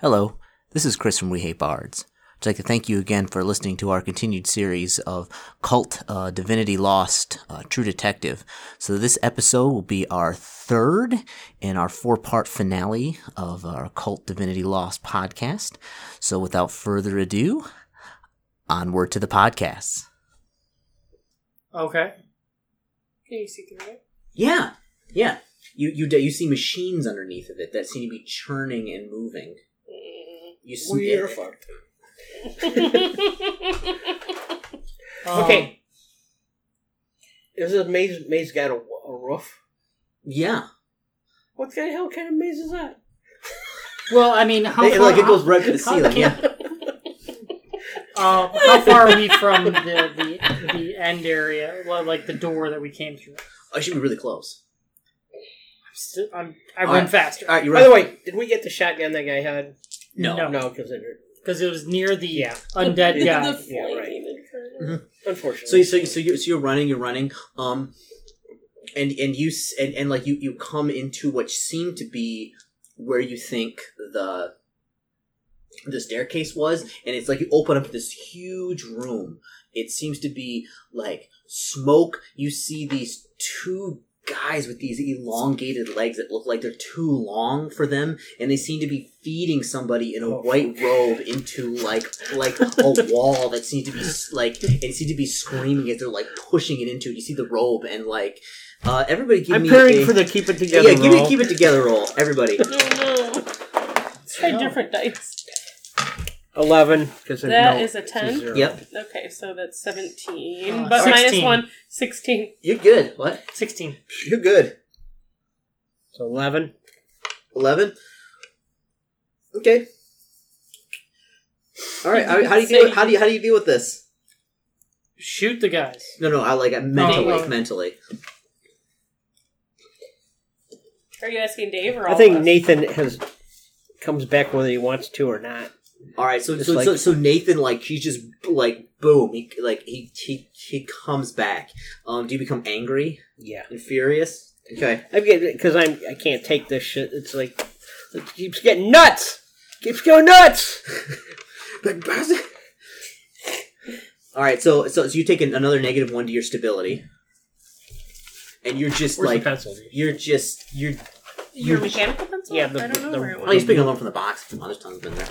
Hello, this is Chris from We Hate Bards. I'd like to thank you again for listening to our continued series of Cult uh, Divinity Lost uh, True Detective. So, this episode will be our third in our four part finale of our Cult Divinity Lost podcast. So, without further ado, onward to the podcast. Okay. Can you see through it? Yeah, yeah. You, you, you see machines underneath of it that seem to be churning and moving. You see We're fucked. Um, Okay. Is a maze? Maze got a, a roof. Yeah. What the hell kind of maze is that? Well, I mean, how It- far? like it goes right to the ceiling. Yeah. uh, how far are we from the, the the end area? Well, like the door that we came through. I'm I should be really close. still, I'm, I run Alright. faster All right, you By the way, did we get the shotgun that guy had? no. No. No, because it because it was near the Yeah. undead The- guy. The flame Yeah, right. even Mhm. further. unfortunately. So you so you- so you so you're running, you're running. Um, and and you s- and and like you you come into what seemed to be where you think the the staircase was, and it's like you open up this huge room. It seems to be like smoke. You see these two guys with these elongated legs that look like they're too long for them and they seem to be feeding somebody in a Oh, white robe into like like a wall that seems to be s- like it seems to be screaming as they're like pushing it into it. You see the robe and like uh everybody give I'm me preparing a- for the keep it yeah, together. give me roll. keep it together roll, everybody. No, no. Try different dice. eleven. Because That is a 10. Yep, Okay, so that's 17. Oh, Uh, but 16. minus 1, 16. you're good. What? Sixteen. You're good. So eleven. 11 okay all right how, how do you Say- deal, how do you how do you deal with this Shoot the guys. no no i like it mentally Oh, oh. mentally Are you asking Dave or all I of think us? Nathan has comes back whether he wants to or not. all right so Just so, like- so so nathan like he's just like boom he like he he, he comes back um do you become angry Yeah. and furious okay I get because I'm I can't take this shit. It's like it keeps getting nuts. Keeps going nuts. like bastard. all right so so, so you take an, another negative one to your stability and you're just Where's the like pencil? you're just you're Your mechanical pencil? Yeah, the- I don't know the- where it oh you're was. speaking alone from the box from other tongues been there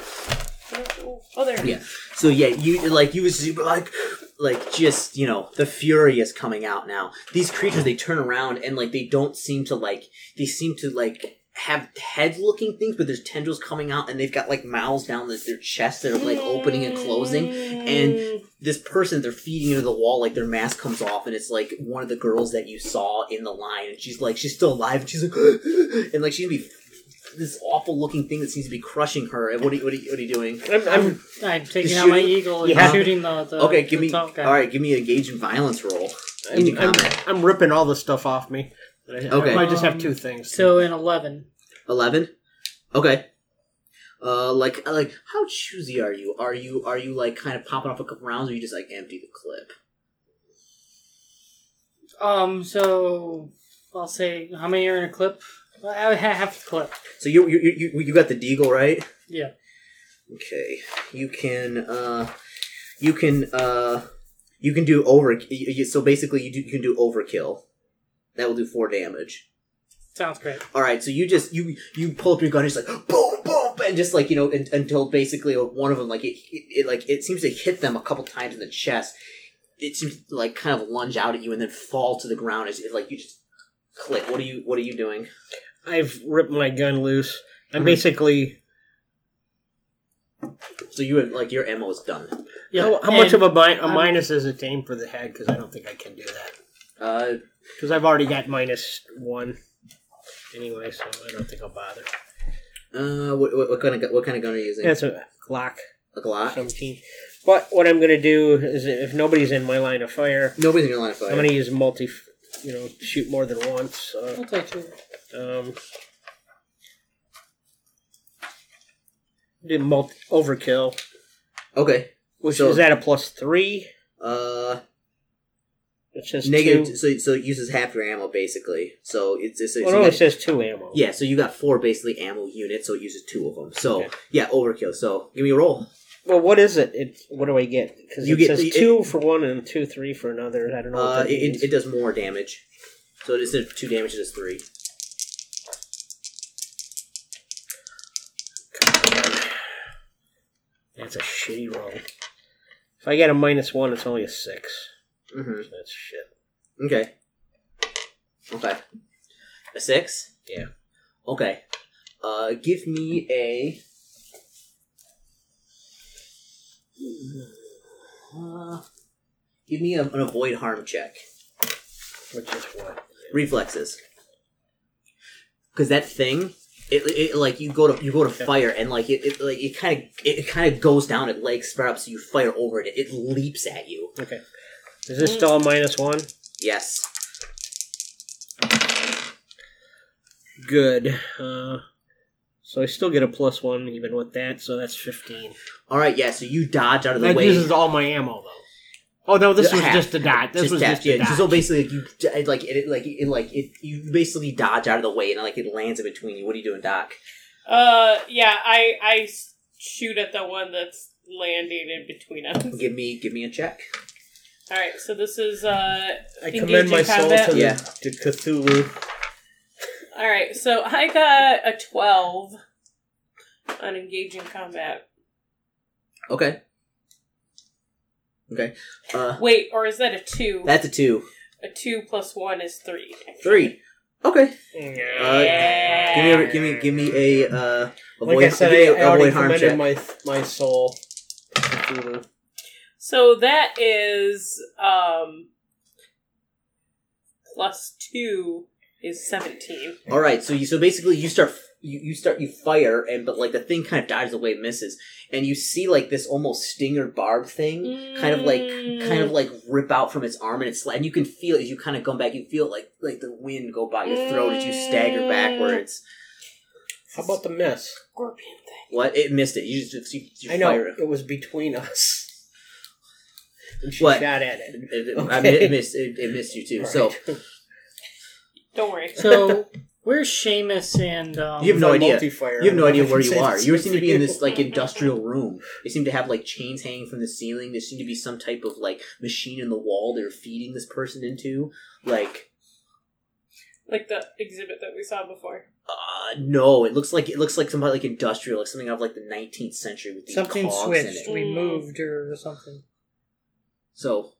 Oh, there. Yeah. So yeah, you like you was like like just you know the fury is coming out now. These creatures they turn around and like they don't seem to like they seem to like have head looking things, but there's tendrils coming out and they've got like mouths down their, their chest that are like opening and closing. and- This person they're feeding into the wall like their mask comes off and it's like one of the girls that you saw in the line and she's like she's still alive and she's like and like she's gonna be this awful looking thing that seems to be crushing her. And what are you, what are you, what are you doing? I'm, I'm I'm taking Just out my shooting? eagle and Yeah. shooting the, the Okay, give the me all top guy. right. Give me an engage in violence roll. Engage in I'm, I'm, combat. I'm ripping all the stuff off me. I, Okay. I just have Um, two things. So an eleven. Eleven. Okay. Uh, like, like, how choosy are you? Are you are you like kind of popping off a couple rounds, or you just like empty the clip? Um. So I'll say how many are in a clip? I would have half the clip. So you you you, you- you got the deagle right? Yeah. Okay. You can uh, you can uh, you can do over. you- you- So basically, you do you can do overkill. That will do four damage. Sounds great. All right, so you just you you pull up your gun, and just like boom, boom, and just like you know un- until basically one of them like it, it, it like it seems to hit them a couple times in the chest. It seems to like kind of lunge out at you and then fall to the ground as it, like you just click. What are you What are you doing? I've ripped my gun loose. I'm Mhm. basically So you have like your ammo is done. how, how much and of a, mi- a I'm- minus is it to aim for the head? Because I don't think I can do that Uh, because I've already got minus one anyway, so I don't think I'll bother. uh, what, what, what kind of gu- what kind of gun are you using? That's a Glock a Glock. seventeen. But what I'm gonna do is if nobody's in my line of fire, Nobody's in your line of fire. I'm gonna use multi. You know, shoot more than once. So, I'll take Mm. two. um, do multi overkill, Okay. which So- is at a plus three. Uh, It says Negative. Two. So, so it uses half your ammo basically. So it's it's, it's Well, it only says two ammo. yeah. So you got four basically ammo units. So it uses two of them. So Okay. yeah, overkill. So give me a roll. Well, what is it? it what do I get? Because You it get- says it- two for one and two three for another. I don't know. What Uh, that it, means. it, it does more damage. So it instead of two damage, it does three. That's a shitty roll. If I get a minus one, it's only a six. Mm-hmm. That's shit. Okay. Okay. A six? Yeah. Okay. Uh, give me a. Uh, give me a, an avoid harm check. Which is what? Reflexes. Because that thing, it, it like you go to you go to Okay. fire and like it, it like it kind of it kind of goes down at leg spread up so you fire over it. It leaps at you. Okay. Is this still a minus one? Yes. Good. Uh, so I still get a plus one even with that, so that's fifteen. All right. Yeah. So you dodge out of the That way. uses all my ammo though. Oh no, this was Half. just a dot. This was that, just a yeah. dot. So basically, you it, like it, like it, like it, you basically dodge out of the way and like it lands in between you. What are you doing, Doc? Uh, yeah, I I s- shoot at the one that's landing in between us. Give me, give me a check. All right, so this is uh. I Engage commend in my soul combat? to the- Yeah. to Cthulhu. All right, so I got a twelve on engaging combat. Okay. Okay. Uh, Wait, or is that a two? that's a two, a two plus one is three. three. Okay. Yeah. Give me, a, give me, give me a uh, avoid, like I said, give me a I, I already avoid harm check. commended my my soul. to Cthulhu. So that is um plus two is seventeen. All right, so you so basically you start you, you start you fire and but like the thing kind of dives away, misses, and you see like this almost stinger barb thing, kind of like kind Mm. Mm. of like rip out from its arm and it's and you can feel it as you kind of come back. You feel it like like the wind go by your throat as you stagger backwards. How about the miss? scorpion thing. What it missed it. You just you, you I know fire it. it was between us. And she What? shot at it. It, it- I Okay. mi- it missed it, it missed you too. So Alright. Don't worry. So where's Seamus and um, You have no By idea. multi-fire, you have no I idea can where you say are. the You same seem to be thing. in this like industrial room. They seem to have like chains hanging from the ceiling. There seem to be some type of like machine in the wall they're feeding this person into. Like Like the exhibit that we saw before. uh no, it looks like it looks like somebody like industrial, like something out of like the nineteenth century with these something cogs switched? in it. We moved or something. So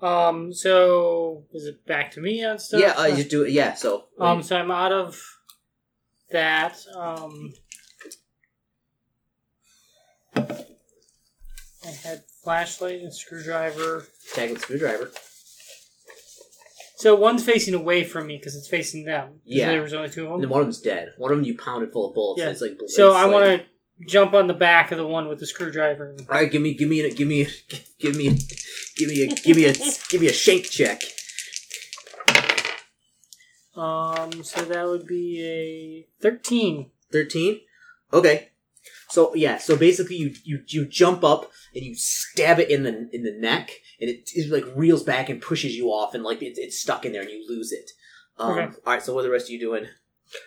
Um. So is it back to me on stuff? yeah, uh, you do it. Yeah, so um. So I'm out of that. Um. I had flashlight and screwdriver. tag with screwdriver. So one's facing away from me because it's facing them. 'cause Yeah. There was only two of And then them. one of them's dead. One of them you pounded full of bullets. Yeah. It's like So I want to jump on the back of the one with the screwdriver. and- All right, give me, give me, a, give me, a- give me, a- give me a, give me a, give me a shake check. Um. So that would be a thirteen. 13 okay so yeah so basically you, you you jump up and you stab it in the in the neck and it, it like reels back and pushes you off and like it, it's stuck in there and you lose it um, Okay. all right so what are the rest of you doing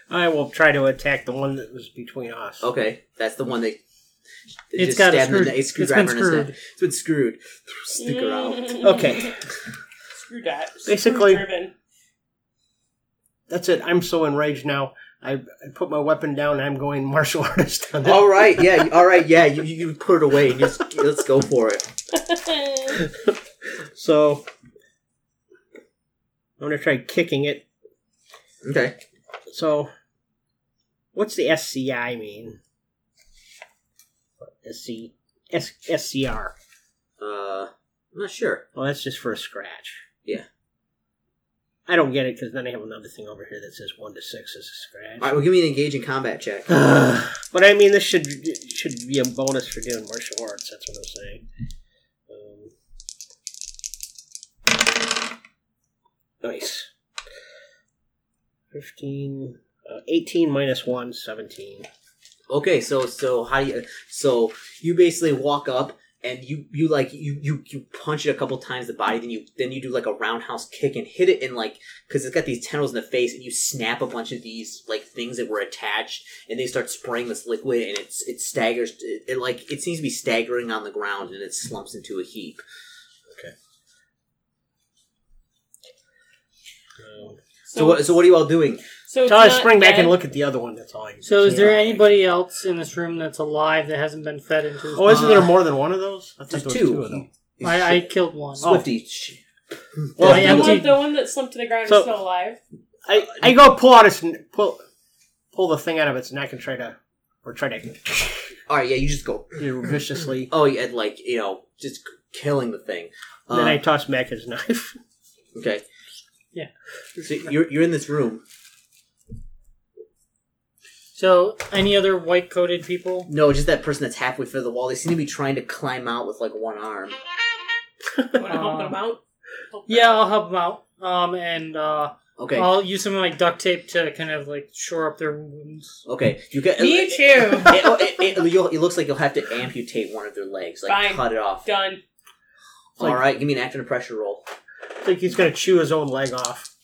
I will try to attack the one that was between us. okay that's the one that that just It's got a stabbed in the screwed. neck- It's screwdriver been in his neck. screwed. it's been screwed stick around Okay. Screw that. Basically- Screw-driven. That's it. I'm so enraged now. I, I put my weapon down. and I'm going martial artist on that. all right yeah you- all right yeah you, you you put it away and just let's go for it So I'm gonna try kicking it. okay So what's the SCI mean? SC, S, SCR. uh i'm not sure Well, that's just for a scratch. Yeah. I don't get it because then I have another thing over here that says one to six is a all scratch. right well give me an engage in combat check Ugh. but I mean, this should should be a bonus for doing martial arts. That's what I'm saying. Um, nice. 15, uh, 18 minus 1, 17. Okay, so so how do you so you basically walk up and you you like you you you punch it a couple times the body, then you then you do like a roundhouse kick and hit it in like because it's got these tendrils in the face, and you snap a bunch of these like things that were attached, and they start spraying this liquid, and it's it staggers, it, it like it seems to be staggering on the ground, and it slumps into a heap. Um, So, what so what are you all doing? so it's Tell us not spring back dead. and look at the other one. That's all. I can So, is see. there anybody else in this room that's alive that hasn't been fed into? This Oh, isn't Uh, there more than one of those? I thought There's there was two. of them. I, I killed one. Swifty. sh- Well, I The emptied- one, the one that slumped to the ground So- is still alive. I, I go pull out its n- pull pull the thing out of its neck and try to or try to All right, yeah, you just go. you know, viciously. Oh, yeah, and, like you know, just c- killing the thing. Uh, then I toss back his knife. okay. Yeah. So you're you're in this room. So, any other white coated people? No, just that person that's halfway through the wall. They seem to be trying to climb out with like one arm. Want to help him out? Help him Yeah, out. I'll help them out. Um, and uh, Okay. I'll use some of my duct tape to kind of like shore up their wounds. Okay. You get. uh, Me it, too. it, it- it- you'll- it looks like you'll have to amputate one of their legs, like Fine. cut it off. Done. All right, give me an action and pressure roll. I think he's gonna chew his own leg off.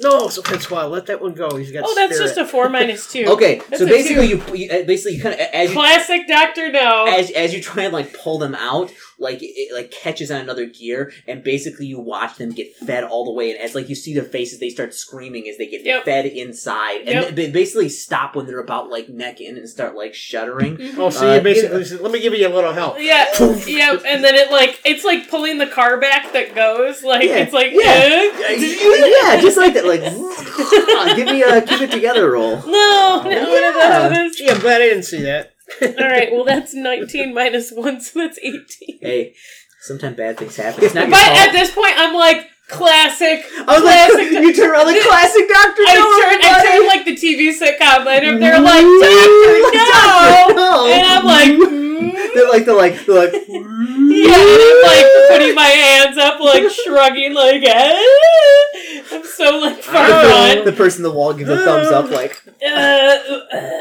No, so Francois, let that one go. He's got. Oh, that's spirit. just a four minus two. Okay, That's so a basically you, you uh, basically you kind of as you Classic Doctor No. as, as you try and like pull them out, like it like catches on another gear, and basically you watch them get fed all the way. And as like you see their faces, they start screaming as they get Yep. fed inside, and Yep. they basically stop when they're about like neck in and start like shuddering. Oh, so Uh, you basically said, let me give you a little help. yeah, yeah, and then it like it's like pulling the car back that goes. Like Yeah, it's like yeah. eh? yeah, just like that. Like give me a keep it together roll. No, no, Yeah. no, no. Gee, I'm glad I didn't see that. All right, well that's nineteen minus one, so that's eighteen. Hey, sometimes bad things happen. It's not But your fault. at this point, I'm like classic. I was classic like, you turn around like classic Doctor. I no, turn, I everybody." turn like the TV sitcom, and if they're like Doctor No, No. and I'm like. mm. they're like they're like they're like Yeah, and I'm like putting my hands up, like shrugging, like "Ah." I'm so like far the, gone. the person in the wall gives a thumbs up like Uh,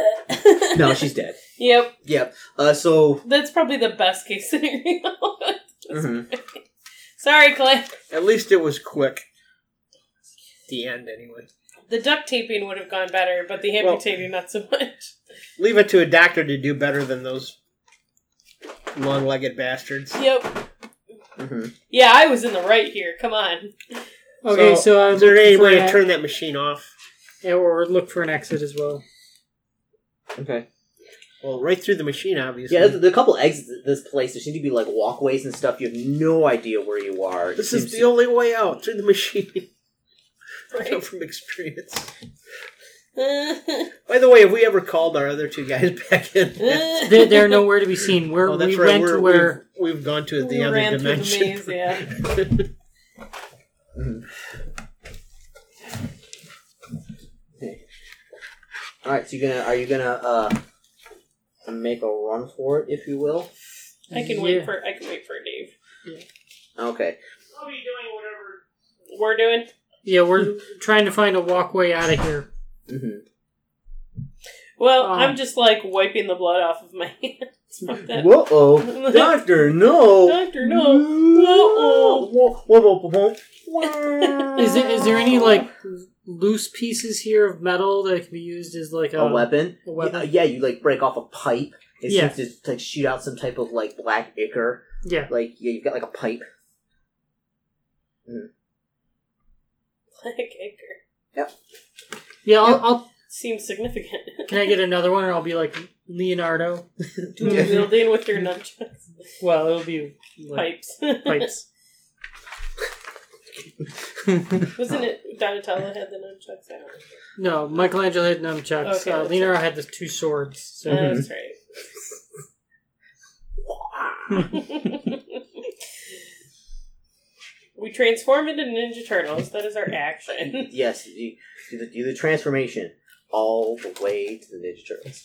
no she's dead yep, yep uh so that's probably the best case scenario. mhm. Sorry, Cliff. At least it was quick. The end, anyway. The duct taping would have gone better, but the Well- amputating not so much. Leave it to a doctor to do better than those long-legged bastards. Yep. Mhm. Yeah, I was in the right here. Come on. Okay, so, I'm is there looking any for way an- to turn that machine off? yeah, or look for an exit as well. okay Well, right through the machine, obviously. yeah there's, there's a couple exits at this place there seem to be like walkways and stuff you have no idea where you are It this is seems- the only way out through the machine. I know Right. from experience. Uh, By the way, have we ever called our other two guys back in? They're, they're nowhere to be seen. We're, Oh, we right, went we're- to where we've, we've gone to the we other ran through the dimension. maze, yeah. all right so you're gonna are you gonna uh make a run for it if you will I can Yeah. wait for I can wait for Dave. okay I'll be doing whatever. We're doing yeah we're trying to find a walkway out of here. mm-hmm. well, Um. I'm just like wiping the blood off of my hands. Fuck that. whoa doctor no Doctor, no. Whoa. Is there, is there any like loose pieces here of metal that can be used as like um, a, a weapon a weapon? Yeah, yeah, you like break off a pipe. It Yeah. seems to like shoot out some type of like black ichor. Yeah. Like yeah, you've got like a pipe. Black anchor. Yeah, I'll, I'll. Seems significant. Can I get another one, or I'll be like Leonardo? Mm-hmm. Building with your nunchuck Well, it'll be like, pipes. pipes. Wasn't it Donatello had the nunchucks out? No, Michelangelo had nunchucks. Okay, uh, that's Leonardo had the two swords. So Mm-hmm. Uh, That's right. we transform into Ninja Turtles. That is our action. yes, you do the, do the transformation all the way to the Ninja Turtles,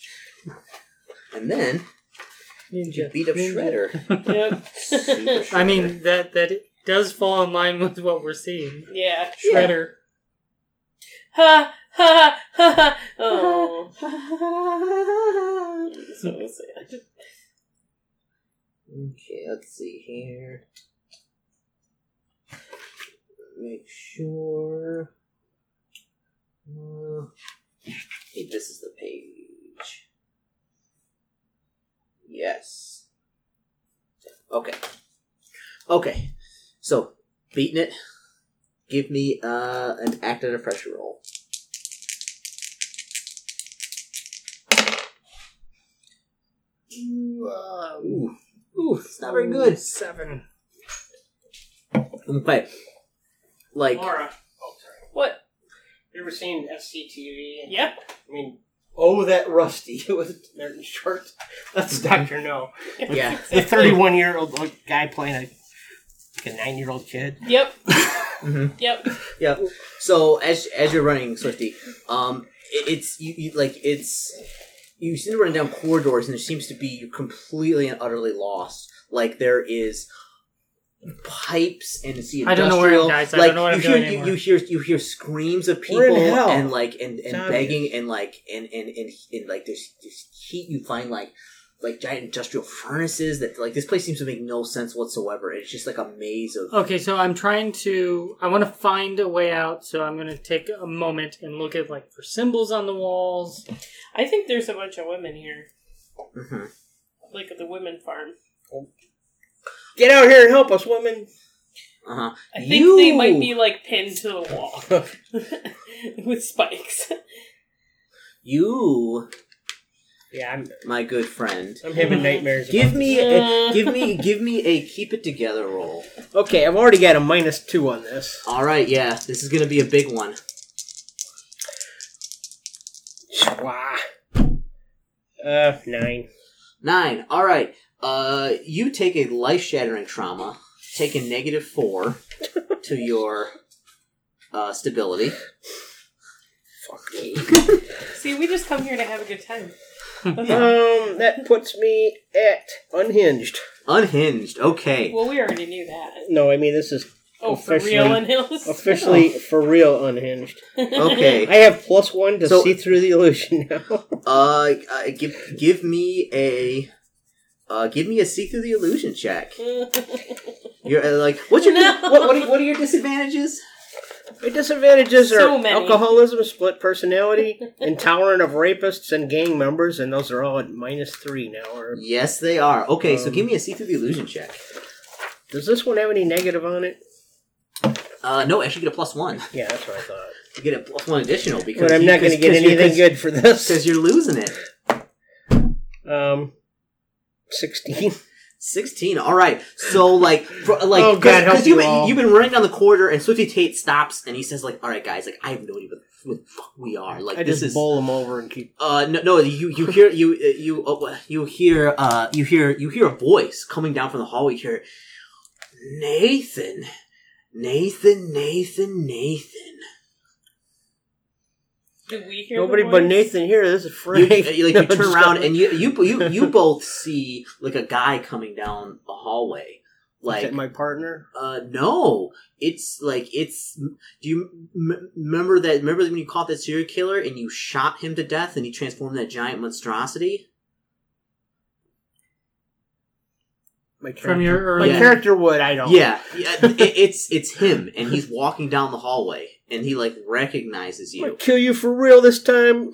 and then you ninja. beat up Ninja. Shredder. Yep. Super Shredder. I mean that that it does fall in line with what we're seeing. yeah. Shredder. Ha ha ha ha. Oh, so sad. Okay, let's see here. Make sure. Uh, hey, this is the page. Yes. Okay. Okay. So, beating it. Give me uh, an act under pressure roll. Ooh. Ooh, it's not very good. Seven. Okay. Like, Laura. What? You ever seen SCTV? Yep. I mean, oh, that Rusty with Martin Short. That's Doctor No. yeah. The thirty-one-year-old guy playing a like a nine-year-old kid. Yep. Mhm. Yep. Yeah. So as as you're running, Swifty, um, it, it's you, you like it's you seem to run down corridors, and there seems to be you're completely and utterly lost. Like there is pipes and it's the I don't know where industrial. I'm, guys. I Like don't know what you I'm hear doing you, anymore. you hear you hear screams of people We're in hell. and like and and Zombies. begging and like and and and, and like there's this heat. You find like like giant industrial furnaces that like this place seems to make no sense whatsoever. It's just like a maze of Okay, so I'm trying to. I want to find a way out, so I'm going to take a moment and look at like for symbols on the walls. I think there's a bunch of women here, Mhm. like at the women farm. Get out here and help us, woman. Uh-huh. I think they might be like pinned to the wall with spikes. You, Yeah, I'm. my good friend. I'm having nightmares. Give about me a, give me give me a keep it together roll. this. Okay, I've already got a minus two on this. All right, yeah. This is going to be a big one. Wow. Uh, nine. 9. All right. Uh you take a life-shattering trauma, take a negative 4 to your uh stability. Fuck me. See, we just come here to have a good time. Um, that puts me at unhinged. Unhinged. Okay. Well, we already knew that. No, I mean this is Oh, for real, Officially- and hills. officially for real unhinged. Okay. I have plus one to So- see through the illusion now. Uh, uh give give me a uh give me a see through the illusion check. You're uh, like what's your No. what what are, what are your disadvantages? My disadvantages are So many. alcoholism, split personality, intolerant of rapists and gang members, and those are all at minus three now. Or Yes, they are. Okay, so Um, give me a see through the illusion check. does this one have any negative on it? Uh, no, actually, you get a plus one. Yeah, that's what I thought. You get a plus one additional because But I'm you- not going to cause- get cause you're- anything cause- good for this. because you're losing it. Um, sixteen. Sixteen. All right. So like, for, uh, like, Oh, God, help you've you been all. you've been running down the corridor, and Swifty Tate stops, and he says like, "All right, guys, like I have no idea what the- what the fuck we are. Like I this just is bowl them over and keep. Uh no no you you hear you uh, you uh, you hear uh you hear you hear a voice coming down from the hallway here Nathan Nathan Nathan Nathan Do we hear Nobody the but voice? Nathan here. This is you, Frank. you, like No, you turn just around kidding. and you you you you both see like a guy coming down the hallway Is like that my partner? uh no it's like it's do you m- remember that remember when you caught that serial killer and you shot him to death and he transformed into that giant monstrosity My From your character. early- my character would I don't. Yeah, yeah it, it's it's him, and he's walking down the hallway, and he like recognizes I'm gonna you, kill you for real this time.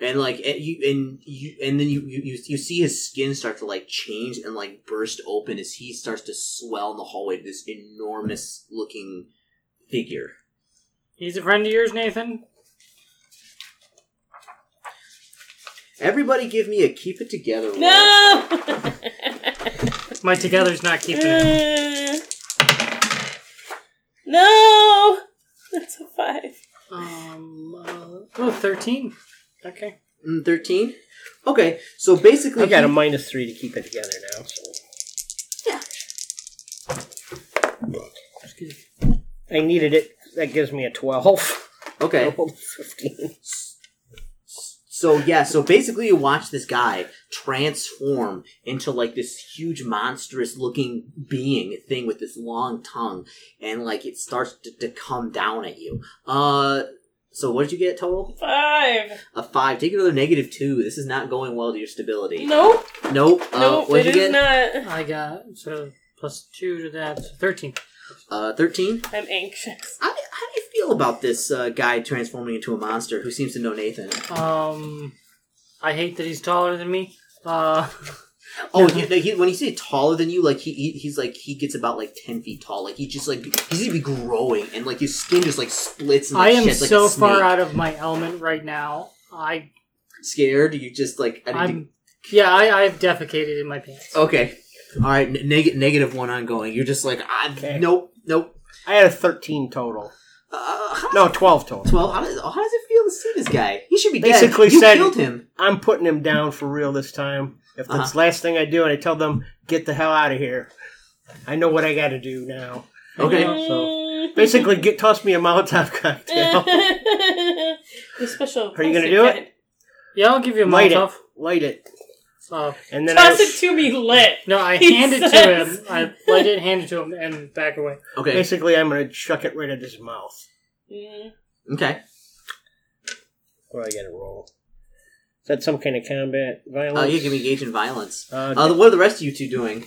and like and you and you and then you, you you you see his skin start to like change and like burst open as he starts to swell in the hallway to this enormous looking figure. He's a friend of yours, Nathan. Everybody, give me a keep it together. roll. No. My together's not keeping. it. no. That's a five. Um, uh, oh, 13. Okay. Mm, thirteen. Okay, so basically, I got he- a minus three to keep it together now. So. Yeah. I needed it. That gives me a twelve. I Okay, Oh, rolled fifteen. So yeah, so basically you watch this guy transform into like this huge monstrous looking being thing with this long tongue and like it starts to, to come down at you. Uh So what did you get total? Five. A five. Take another negative two. This is not going well to your stability. Nope. Nope. uh, Nope. what It did you is get? not. I got so plus two to that, so thirteen. uh, Thirteen. I'm anxious. How, do- how do you feel about this uh, guy transforming into a monster who seems to know Nathan? Um, I hate that he's taller than me. Uh, Oh, you, no, he, when you say taller than you, like he, he he's like he gets about like ten feet tall. Like he just like he's gonna be growing, and like his skin just like splits. And, I like, am sheds, like, a so far snake. out of my element right now. I Scared? You just like I didn't I'm yeah I I've defecated in my pants. Okay. All right. N- neg- negative one ongoing. You're just like, I, Okay. nope, nope. I had a 13 total. Uh, how No, 12 total. Twelve. How does, how does it feel to see this guy? He should be Basically dead. You said- killed him. I'm putting him down for real this time. If Uh-huh. that's the last thing I do, and I tell them, get the hell out of here. I know what I got to do now. Okay. Mm. So basically, get toss me a Molotov cocktail, the special. Are you gonna do it? Yeah, I'll give you a Light it. Molotov. light it, Uh, and then I, Toss it to me lit. no, I He handed to says- him. I light it, handed to him, and back away. Okay. basically I'm gonna chuck it right at his mouth. Mm. Okay. What do I got to roll? Is that some kind of combat violence? Uh, you can engage in violence. Uh, Uh, what are the rest of you two doing?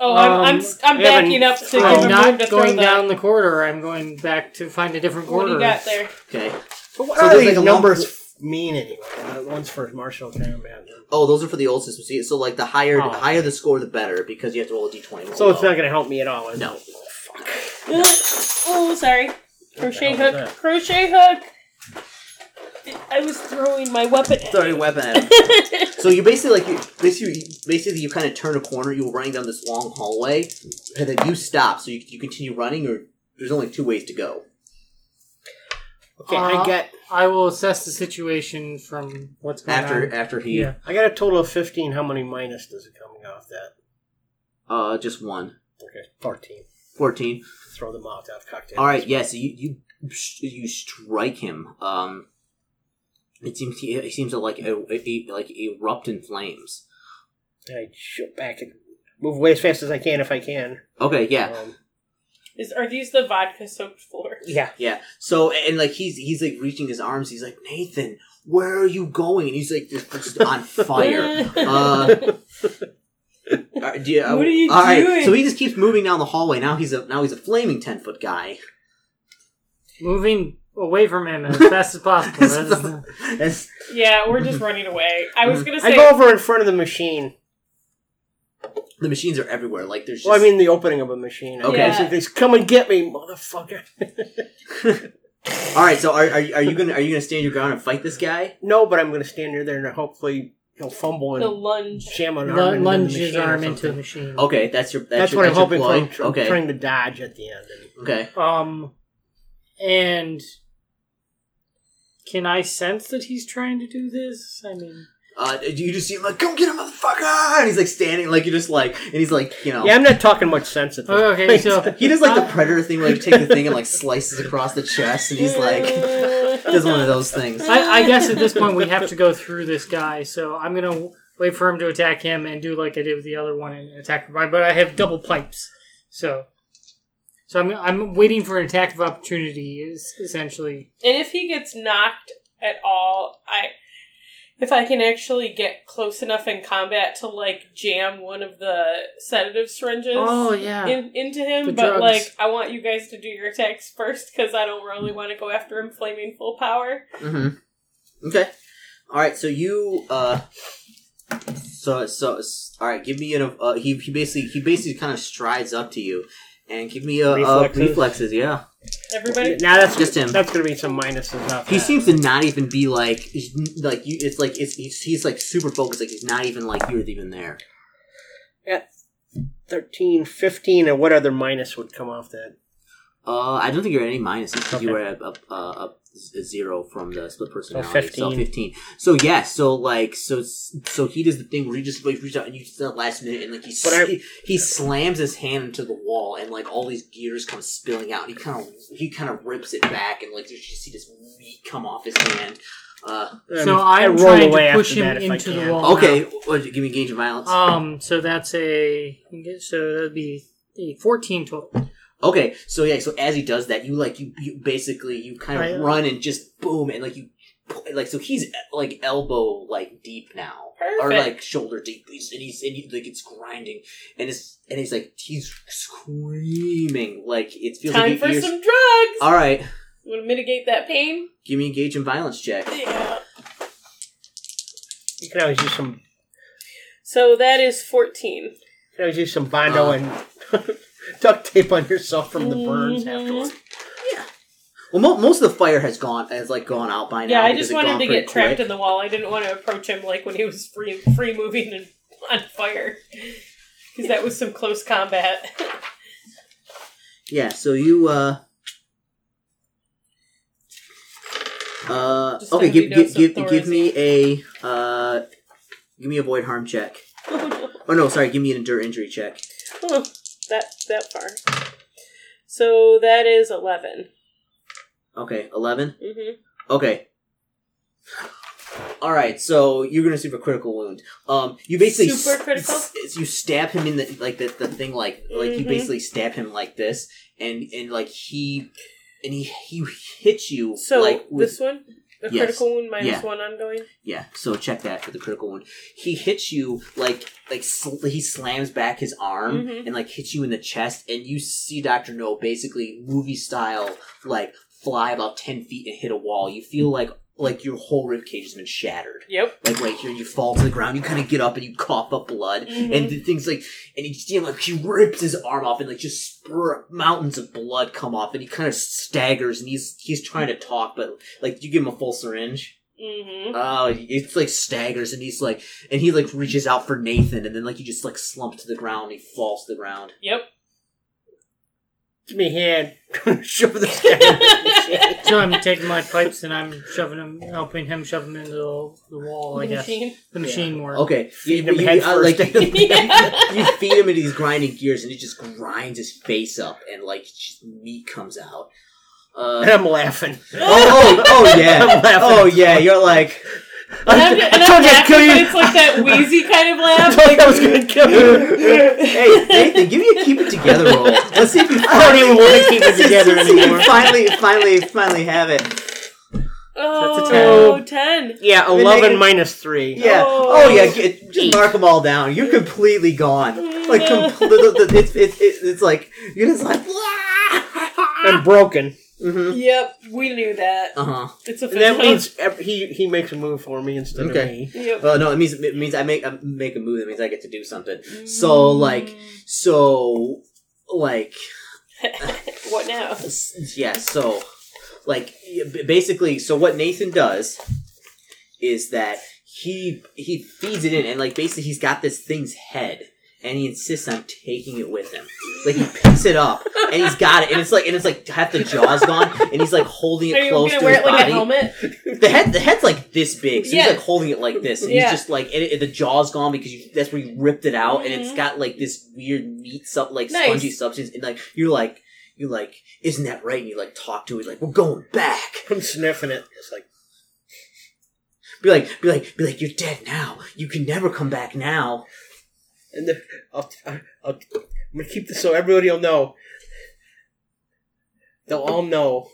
Oh, I'm I'm, Um, s- I'm we have a- backing up to give I'm I'm him room not to throw going the- down the corridor. I'm going back to find a different What corridor. do you got there? Okay. but what so are there's these like a lump- numbers f- mean anyway? Uh, one's for martial combat. Oh, those are for the old system. See, so like the higher Oh. the higher the score, the better because you have to roll a d20. So it's not gonna help me at all. is No. it? Oh, sorry. Crochet What hook. the hell was Crochet hook. I was throwing my weapon. at Throwing you. weapon at him. So you basically like you basically basically you kind of turn a corner. You're running down this long hallway, and then you stop. So you, you continue running, or there's only two ways to go. Okay, Uh, Uh-huh. I got I will assess the situation from what's going After on. after he Yeah. I got a total of 15. How many minus does it coming off that? uh just one. Okay, 14. 14. Throw the Molotov cocktail. All right, yes, you you you strike him. Um it seems he, he seems to like e- e- like erupt in flames. I shoot back and move away as fast as I can if I can. Okay, yeah. Um, Is, are these the vodka soaked floors? yeah. Yeah. So and like he's he's like reaching his arms. He's like, "Nathan, where are you going?" And he's like just, just on fire. Uh, Uh, do you- What are you all right, doing? So he just keeps moving down the hallway. Now he's a now he's a flaming ten foot guy. Moving away from him as fast as possible. That is the- That's- yeah, we're just running away. I Mm. was gonna I say. go over in front of the machine. the machines are everywhere. Like there's just Well, I mean, the opening of a machine. Okay. Okay. So they say, come and get me, motherfucker. all right. So are, are, you- are you gonna are you gonna stand your ground and fight this guy? no, but I'm going to stand near there and hopefully he'll fumble The and lunge. jam an arm. Lun- into lunge the his machine or arm into a something. machine. Okay, that's your that's, That's, your, what I'm that's hoping your for. I'm ploy. tr- okay, trying to dodge at the end. okay. Um, and can I sense that he's trying to do this? I mean, Uh, you just see him like, "Come get him, motherfucker!" And he's like standing, like you're just like, and he's like, you know, Yeah, Uh. I'm not talking much sense at this okay, point. so he does like the predator thing where you take the thing and like slices across the chest, and he's like, does one of those things. I, I guess at this point we have to go through this guy. So I'm gonna wait for him to attack him and do like I did with the other one and attack from behind. But I have double pipes, so so I'm I'm waiting for an attack of opportunity. Is essentially And if he gets knocked at all, I if I can actually get close enough in combat to like jam one of the sedative syringes oh Ah. yeah. in, into him, The but drugs. like I want you guys to do your attacks first because I don't really want to go after him flaming full power. Mm-hmm. Okay. All right. So you. uh So so. s- All right. Give me an. Uh, he he basically he basically kind of strides up to you, and give me a reflexes. Reflexes? reflexes yeah. Everybody, Now that's Just him. That's going to be some minuses off. He that. seems to not even be like he's n- like you. It's like it's he's, he's like super focused. Like he's not even like you're even there. 13, 15, and what other minus would come off that? Uh, I don't think you're at any minuses because you Okay. were at a, a, a, a zero from the split personality. So 15. fifteen. So yeah. So like so so he does the thing where he just like reaches out and you just at the last minute and like he But I- he, he slams his hand into the wall and like all these gears come spilling out. And he kind of he kind of rips it back and like you just see this meat come off his hand. Uh, So Um, I'm roll trying away to after push him that if I into the can. wall. okay. Oh, What, give me gauge of violence. Um, so that's a so that'd be a fourteen total. Okay, so yeah, so as he does that, you like you, you basically you kind I, of uh, run and just boom and like you like so he's like elbow like deep now Perfect. or like shoulder deep He's- and he's and you, like it's grinding and it's and he's like he's screaming like it feels Time like Ah. for your ears. some drugs. All right, You want to mitigate that pain? give me engage in violence check. Yeah. You can always use some. You So that is fourteen. can always use some Uh. bondo and duct tape on yourself from the burns Mhm. afterwards. Well, mo- most of the fire has gone has like gone out by now. Yeah, I because just it wanted gone to pretty get trapped quick. in the wall. I didn't want to approach him like when he was free free moving and on fire. Because that was some close combat. Yeah, so you uh uh Just okay, gonna be give give dosed give, with give me a uh give me a void harm check. Oh no, sorry, give me an endure injury check. Huh, that that far. So that is eleven. Okay, 11. Mm-hmm. Okay. All right, so you're going to receive a critical wound. Um you basically Super critical? you stab him in the like the, the thing like like you Mhm. basically stab him like this and and like he and he he hits you So like with this one, the Yes. critical wound minus Yeah. one ongoing. Yeah, so check that for the critical one. He hits you like like sl- he slams back his arm Mhm. and like hits you in the chest, and you see Doctor No basically movie style like fly about ten feet and hit a wall. You feel like like your whole ribcage has been shattered, Yep. like right here. You fall to the ground. You kind of get up and you cough up blood, and the things like and he you know, like he rips his arm off and like just spur mountains of blood come off, and he kind of staggers and he's he's trying to talk, but like you give him a full syringe. Mm-hmm. Oh, it's like staggers, and he's like, and he like reaches out for Nathan, and then like he just like slumps to the ground, and he falls to the ground. Yep. Give me a hand. Shove this guy. So I'm taking my pipes and I'm shoving them, helping him shove them into the, the wall. I guess Machine. the machine more. Okay, you, him head uh, like, first. yeah. you feed him into these grinding gears, and it just grinds his face up, and like just meat comes out. and Uh, I'm laughing. oh, oh, oh yeah, I'm laughing. oh yeah, you're like, And I'm, and I I'm told you I'd laughing, kill but you. it's like that wheezy kind of I laugh. told you I was gonna kill you. hey Nathan, give me a keep it together roll. Let's see if you I don't even want to keep it Let's see together if you anymore. Finally, finally, finally have it. That's a Oh, ten. Yeah, We're eleven negative- minus three. Yeah. Oh, Oh. yeah. Get, just mark them all down. You're completely Oh. gone. Like No. compl- the, the, it's, it's, it's it's like you're just like. and broken. mm-hmm. Yep, we knew that. Uh huh. It's official. And that means ev- he he makes a move for me instead Okay. of me. Yep. Well, Uh, no, it means it means I make I make a move. That means I get to do something. uh, So like Mm. so like what now? s- yeah. So like yeah, b- basically, so what Nathan does is that he he feeds it in, and like basically he's got this thing's head, and he insists on taking it with him. Like he picks it up and he's got it, and it's like and it's like half the jaw's gone, and he's like holding Are it you close gonna to wear his it like a body. helmet? The head the head's like this big, so Yeah. he's like holding it like this, and Yeah. he's just like and it, the jaw's gone because you, that's where you ripped it out, and it's Mhm. got like this weird meat sub like Nice. spongy substance, and like you're like. You're like, isn't that right? And you like talk to it, like, we're going back. I'm sniffing it. It's like Be like, be like, be like, you're dead now. You can never come back now. and then I'll, I'll, I'll I'm gonna keep this so everybody will know. They'll all know.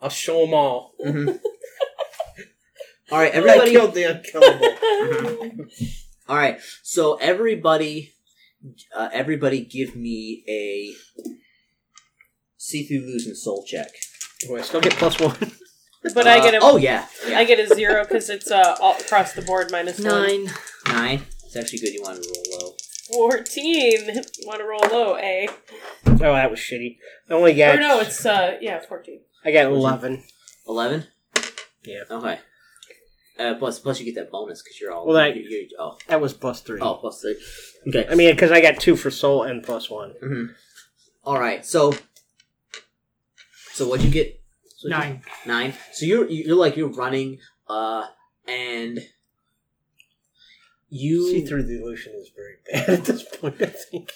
I'll show them all. Mhm. all right, I everybody. killed the unkillable. All right, so everybody, uh, everybody, give me a see through lose and soul check. Do I still get plus one? But I Uh, get a I oh yeah, yeah. get a zero because it's uh, all across the board minus one. nine. It's actually good. You want to roll low. Fourteen. Want to roll low, eh? Oh, that was shitty. I only got Or no, it's uh, yeah, fourteen. I got eleven. Eleven. Yeah. Okay. Uh, plus, plus you get that bonus because you're all. Well, that- you're, you're, oh, That was plus three. oh, plus three. Okay. I mean, because I got two for soul and plus one. All right. So, so what'd you get? So what'd you- Nine. nine. So you're you're like you're running, uh, and you. See through the illusion is very bad at this point. I think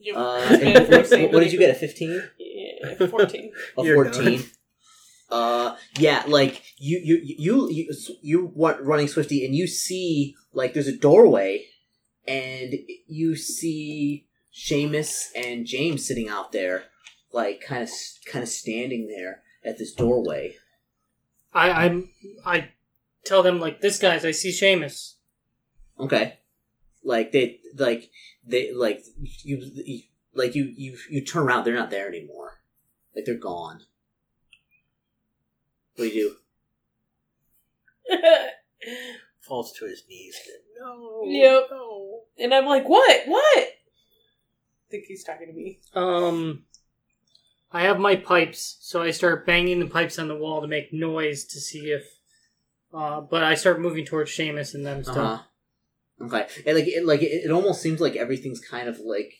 You- Uh, you get a what, 14. what did you get? A fifteen? Yeah, fourteen. A You're done. fourteen? Uh, yeah. Like you, you, you, you, you wa- running swifty, and you see like there's a doorway, and you see Seamus and James sitting out there, like kind of kind of standing there at this doorway. I I'm I tell them like this guy's. I see Seamus. Okay, like they like they like you, you like you you you turn around. They're not there anymore. Like they're gone. What do you do? Falls to his knees. No. Yep. No. and I'm like, what? What? I think he's talking to me. Um, I have my pipes, so I start banging the pipes on the wall to make noise to see if. Uh, but I start moving towards Seamus and them stuff. Uh-huh. Okay, and like it, like it, it almost seems like everything's kind of like,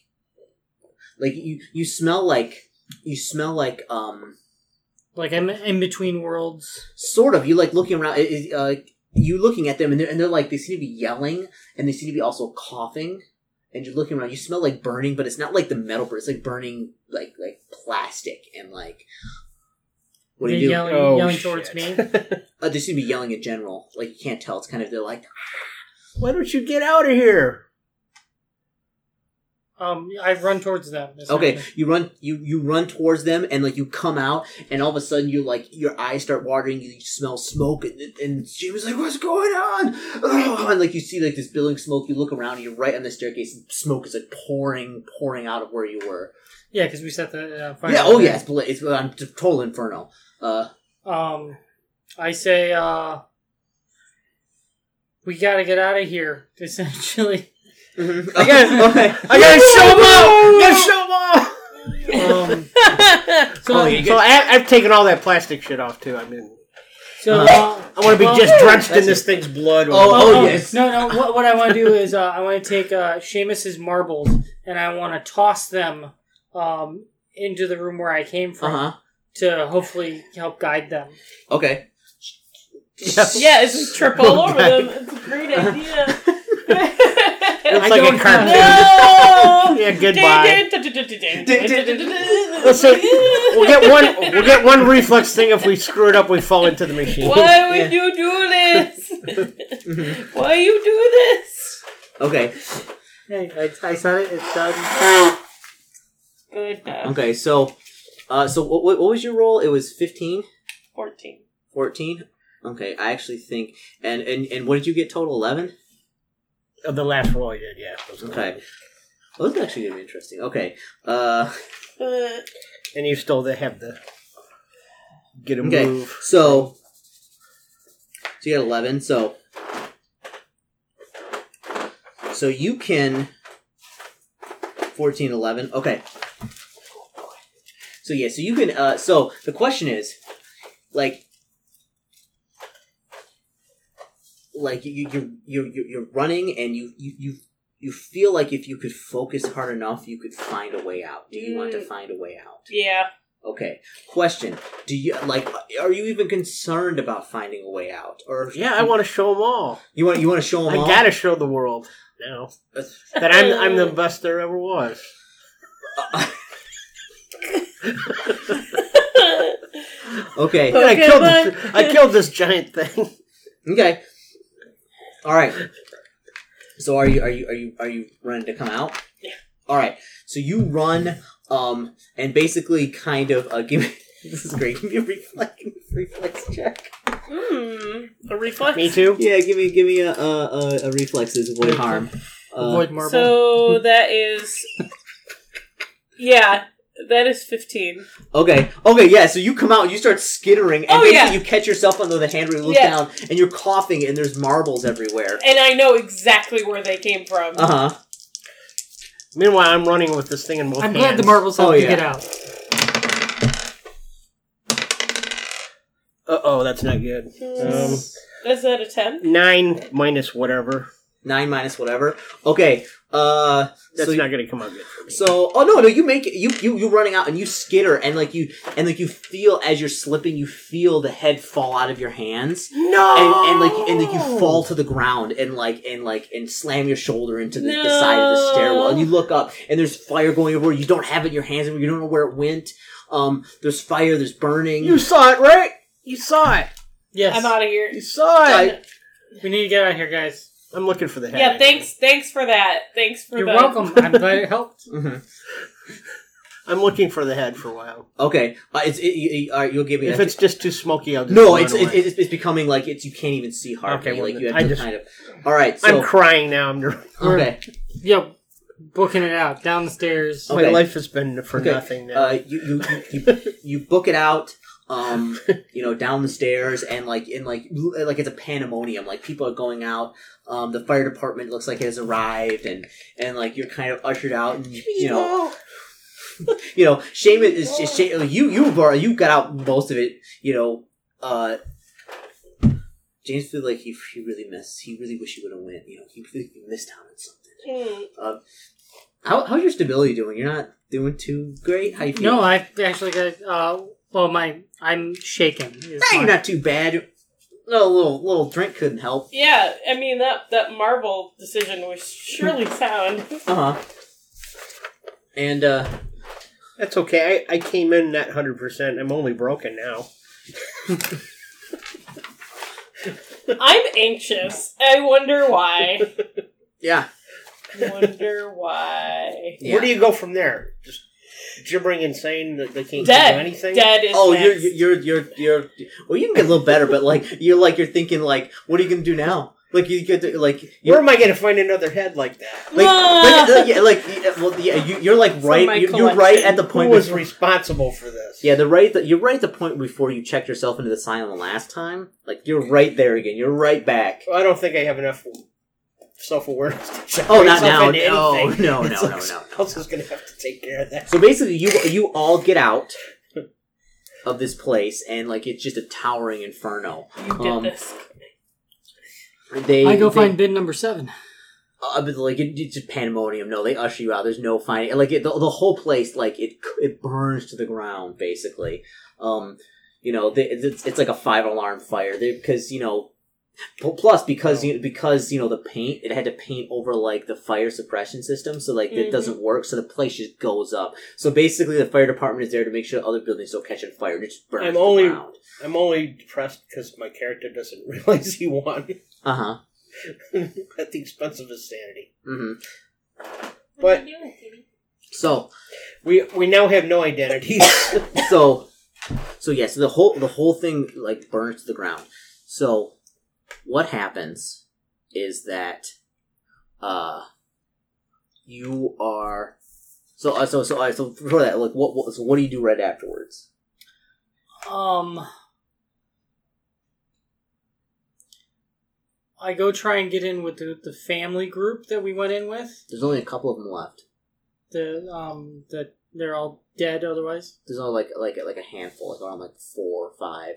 like you you smell like you smell like um Like I'm in between worlds. sort of you like looking around it, it, uh, you looking at them and they're, and they're like they seem to be yelling and they seem to be also coughing and you're looking around you smell like burning but it's not like the metal but it's like burning like like plastic and like what do They're you do yelling, Oh, yelling shit. towards me. uh, they seem to be yelling in general like you can't tell it's kind of they're like Why don't you get out of here? Um, I run towards them. Okay, essentially. you run you you run towards them and like you come out and all of a sudden you like your eyes start watering. You smell smoke and, and she was like, "What's going on?" Ugh, and like you see like this billowing smoke. You look around and you're right on the staircase. and Smoke is like pouring pouring out of where you were. Yeah, because we set the uh, fire. yeah. Oh yeah. It's bla- it's on total inferno. Uh, Um, I say, uh, we gotta get out of here. Essentially. I gotta- okay. I gotta show him out. Gotta show him Um, out. so, Oh, you So get- I, I've taken all that plastic shit off too. I mean, so Uh, uh, I want to be well- just drenched in That's this thing's blood. Oh, Well, no, yes. No, no. What, what I want to do is uh, I want to take uh, Seamus's marbles and I want to toss them um, into the room where I came Uh from huh. to hopefully help guide them. Okay. Yeah, it's just trip all over them. It's a great idea. it's I like don't a cartoon. no. Yeah, goodbye. Let's see. We'll Why get one. We'll get one reflex thing. If we screw it up, we fall into the machine. Yeah. would you do this? Mhm. Why you do this? Okay. Hey, I, I said it. It's done. Good enough. Okay. So, uh, so what, what what was your role? It was fifteen. Fourteen. 14 okay i actually think and and and what did you get total 11 Of Oh, the last roll I did, yeah. it was okay well, this is actually gonna be interesting okay uh Uh, And you still have the get a Okay. move. so so you got 11 so so you can 14 11 okay so yeah so you can uh so the question is like like you you you you- you're running and you you you you feel like if you could focus hard enough you could find a way out do you want to Mm. find a way out yeah. Okay. Question: Do you like? Are you even concerned about finding a way out, or Yeah, I want to show them all. you want you want to show them I all? gotta show the world now that I'm I'm the best there ever was. Okay. And I Okay, killed bye. this, I killed this giant thing. Okay. All right. So are you are you are you are you running to come out? Yeah. All right. So you run, um, and basically kind of uh, give me. This is great. Give me a reflex, reflex check. mm, a reflex. Me too. Yeah, give me give me a a, a, a reflexes avoid harm. Uh, Avoid marble. So that is. Yeah, that is 15. okay, okay, yeah. So you come out, you start skittering, and Oh, yeah. basically you catch yourself under the hand. where You look Yeah. down, and you're coughing, and there's marbles everywhere. And I know exactly where they came from. Uh huh. Meanwhile, I'm running with this thing in both I'm glad hands. the marbles helped Oh, you yeah. get out. Uh oh, that's not good. Um, is that a 10? nine minus whatever. Nine minus whatever. Okay. Uh. That's so not gonna come out good for me. So, oh no, no, you make it. You you you running out and you skitter and like you and like you feel as you're slipping, you feel the head fall out of your hands no. and and like and like Oh. you fall to the ground and like and like and slam your shoulder into the, the side of the stairwell and you look up and there's fire going everywhere. You don't have it in your hands and you don't know where it went. Um, there's fire. There's burning. You saw it, right? You saw it. Yes. I'm out of You here. saw it. I- We need to get out of here, guys. I'm looking for the head. Yeah, thanks. Thanks for that. Thanks for You're the. mm-hmm. welcome. I'm glad it helped. Mhm. I'm looking for the head for a while. Okay, uh, it's it, you, all right. You'll give me If that- it's just too smoky, I'll just no. throw It's it it, away. it's it's becoming like it's you can't even see hardly. Okay, well, like you have I to just- kind of. All right, I'm so crying now. I'm nervous. okay, Yep, booking it out down the stairs. Okay. My life has been for Okay. nothing now. uh, you, you you you you book it out. Um, you know, down the stairs and like in like l- like it's a pandemonium. Like people are going out. Um, the fire department looks like it has arrived, and and like you're kind of ushered out, and you know. you know, shame it is just shame. You you were you got out most of it. You know, uh, James feel like he he really missed. He really wish he would have went. You know, he really missed out on something. Mm. How, how's your stability doing? You're not doing too great. How you feel? No, I actually got. Uh, well, my I'm shaking. is Hey, my- you're not too bad. No, a little little drink couldn't help. Yeah, I mean that that Marvel decision was surely sound. Uh-huh. Uh huh. And uh, That's okay. I, I came in at 100%. I'm only broken now. I'm anxious. I wonder why. yeah, wonder why. yeah. Where do you go from there? Just gibbering insane that they can't do Dead. anything? Dead is Oh, next. you're you're you're you're. Well, you can get a little better, but like you're like you're thinking like, what are you gonna do now? Like you get to, like Where am I going to find another head like that? Like, Ah! like, uh, yeah, like, yeah, well, yeah, you, you're like From my right, you're, you're right at the Who point. was before- responsible for this? yeah, the right, that you're right at the point before you checked yourself into the silent last time. Like you're right there again. You're right back. Well, I don't think I have enough self awareness to check Oh, not myself now. into No, anything. no, no, It's no, like no, someone no. else is going to have to take care of that. So basically, you you all get out of this place, and like it's just a towering inferno. You did Um, this. They I go they- find bin number seven. uh, but like it, it's just pandemonium. No, they usher you out. There's no finding. Like it, the, the whole place, like it it burns to the ground basically. Um, you know, they, it's, it's like a five alarm fire because you know. pl- Plus, because you because you know the paint, it had to paint over like the fire suppression system, so like it Mm-hmm. Mhm. doesn't work. So the place just goes up. So basically, the fire department is there to make sure other buildings don't catch on fire. and It just burns. I'm only- around. I'm only depressed because my character doesn't realize he won Uh huh. at the expense of his sanity. hmm But So we we now have no identities. so so yes the whole the whole thing like burns to the ground so what happens is that uh you are so uh, so so uh, so for that like what, what so what do you do right afterwards Um, I go try and get in with the, the family group that we went in with. there's only a couple of them left The um, that they're all dead otherwise. there's only like like like a handful like around like four or five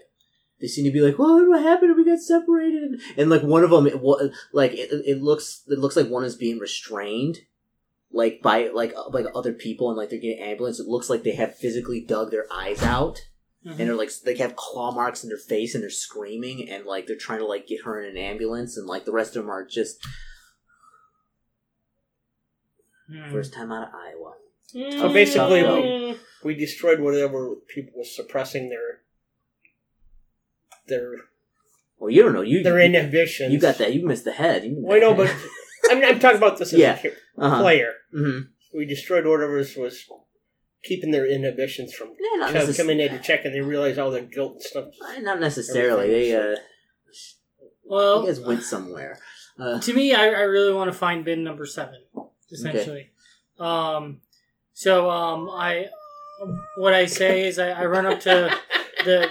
they seem to be like, well, what happened? We got separated, and like one of them, it, wa- like it, it looks, it looks like one is being restrained, like by like uh, like other people, and like they're getting ambulance. It looks like they have physically dug their eyes out, Mm-hmm. and they're like they have claw marks in their face, and they're screaming, and like they're trying to like get her in an ambulance, and like the rest of them are just Mm. Mhm. first time out of Iowa. Oh, So basically we- Mm. we destroyed whatever people was suppressing their their Well, you don't know you their you, inhibitions. you got that you missed the head. You Well, I know, but I'm, I'm talking about this as Yeah. a char- uh player. hmm We destroyed whatever was keeping their inhibitions from yeah, not, co- necess- coming in to check, and they realize all their guilt and stuff. Eh, not necessarily. They uh, Well, you guys went somewhere. Uh, to me, I, I really want to find bin number seven, essentially. Um, so um, I, what I say is I, I run up to the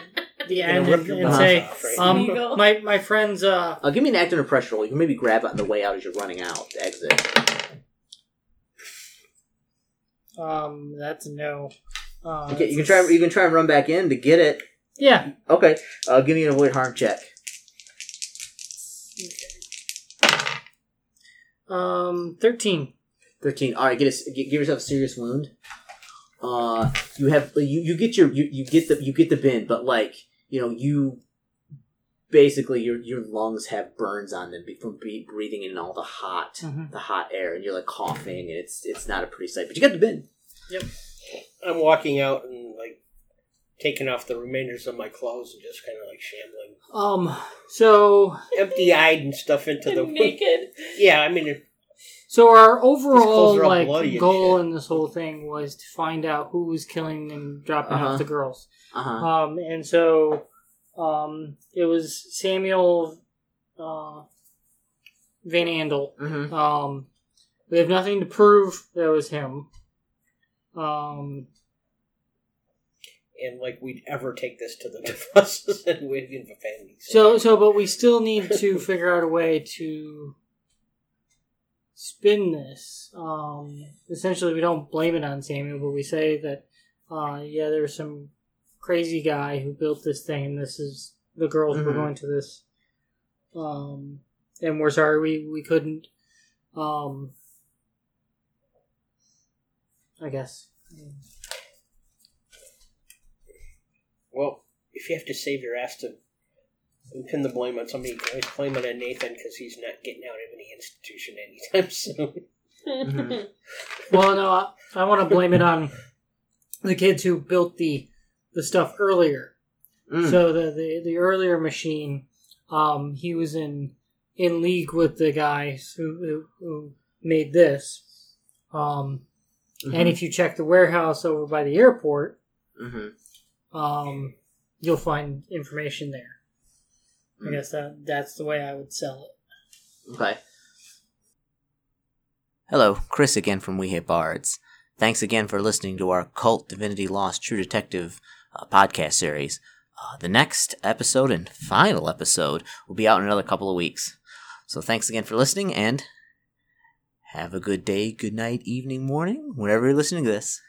the They're end gonna and, rip your and mouth say, off, right? um, Smeagol. my my friends, uh, Uh, give me an act under pressure roll. You can maybe grab it on the way out as you're running out. to Exit. um, that's a no. Uh, Okay, you can try. You can try and run back in to get it. Yeah, Okay. Uh, give me an avoid harm check. um, thirteen. Thirteen. All right. Get a, s- gi- give yourself a serious wound. Uh, you have you, you get your you, you get the you get the bin, but like you know you basically your your lungs have burns on them be- from be- breathing in all the hot Mhm. the hot air, and you're like coughing, and it's it's not a pretty sight. But you got the bin. I'm walking out and like taking off the remainders of my clothes and just kind of like shambling, Um, so empty-eyed and stuff into And the naked. yeah. I mean, So our These clothes overall are all like bloody and goal shit. in this whole thing was to find out who was killing and dropping Uh-huh. off the girls. Uh-huh. Um, and so um, it was Samuel uh, Van Andel. Mm-hmm. Um, we have nothing to prove that was him. Um, and like we'd ever take this to the defenses and we'd give the families. so so, but we still need to figure out a way to spin this. Um, essentially, we don't blame it on Samuel, but we say that uh, yeah, there's some crazy guy who built this thing, and this is the girls were Mhm. going to this. Um, and we're sorry we we couldn't. Um, I guess. well, if you have to save your ass to and pin the blame on somebody, you can always blame it on Nathan because he's not getting out of any institution anytime soon. Mhm. Well, no, I, I want to blame it on the kids who built the the stuff earlier. Mm. So the, the the earlier machine, um, he was in in league with the guys who who, who made this. Um, mm-hmm, And if you check the warehouse over by the airport, hmm um, you'll find information there. I Mm. guess that that's the way I would sell it. Okay. Hello, Chris again from We Hate Bards. Thanks again for listening to our Cult Divinity Lost True Detective uh, podcast series. Uh, the next episode and final episode will be out in another couple of weeks. So thanks again for listening and have a good day, good night, evening, morning, whenever you're listening to this.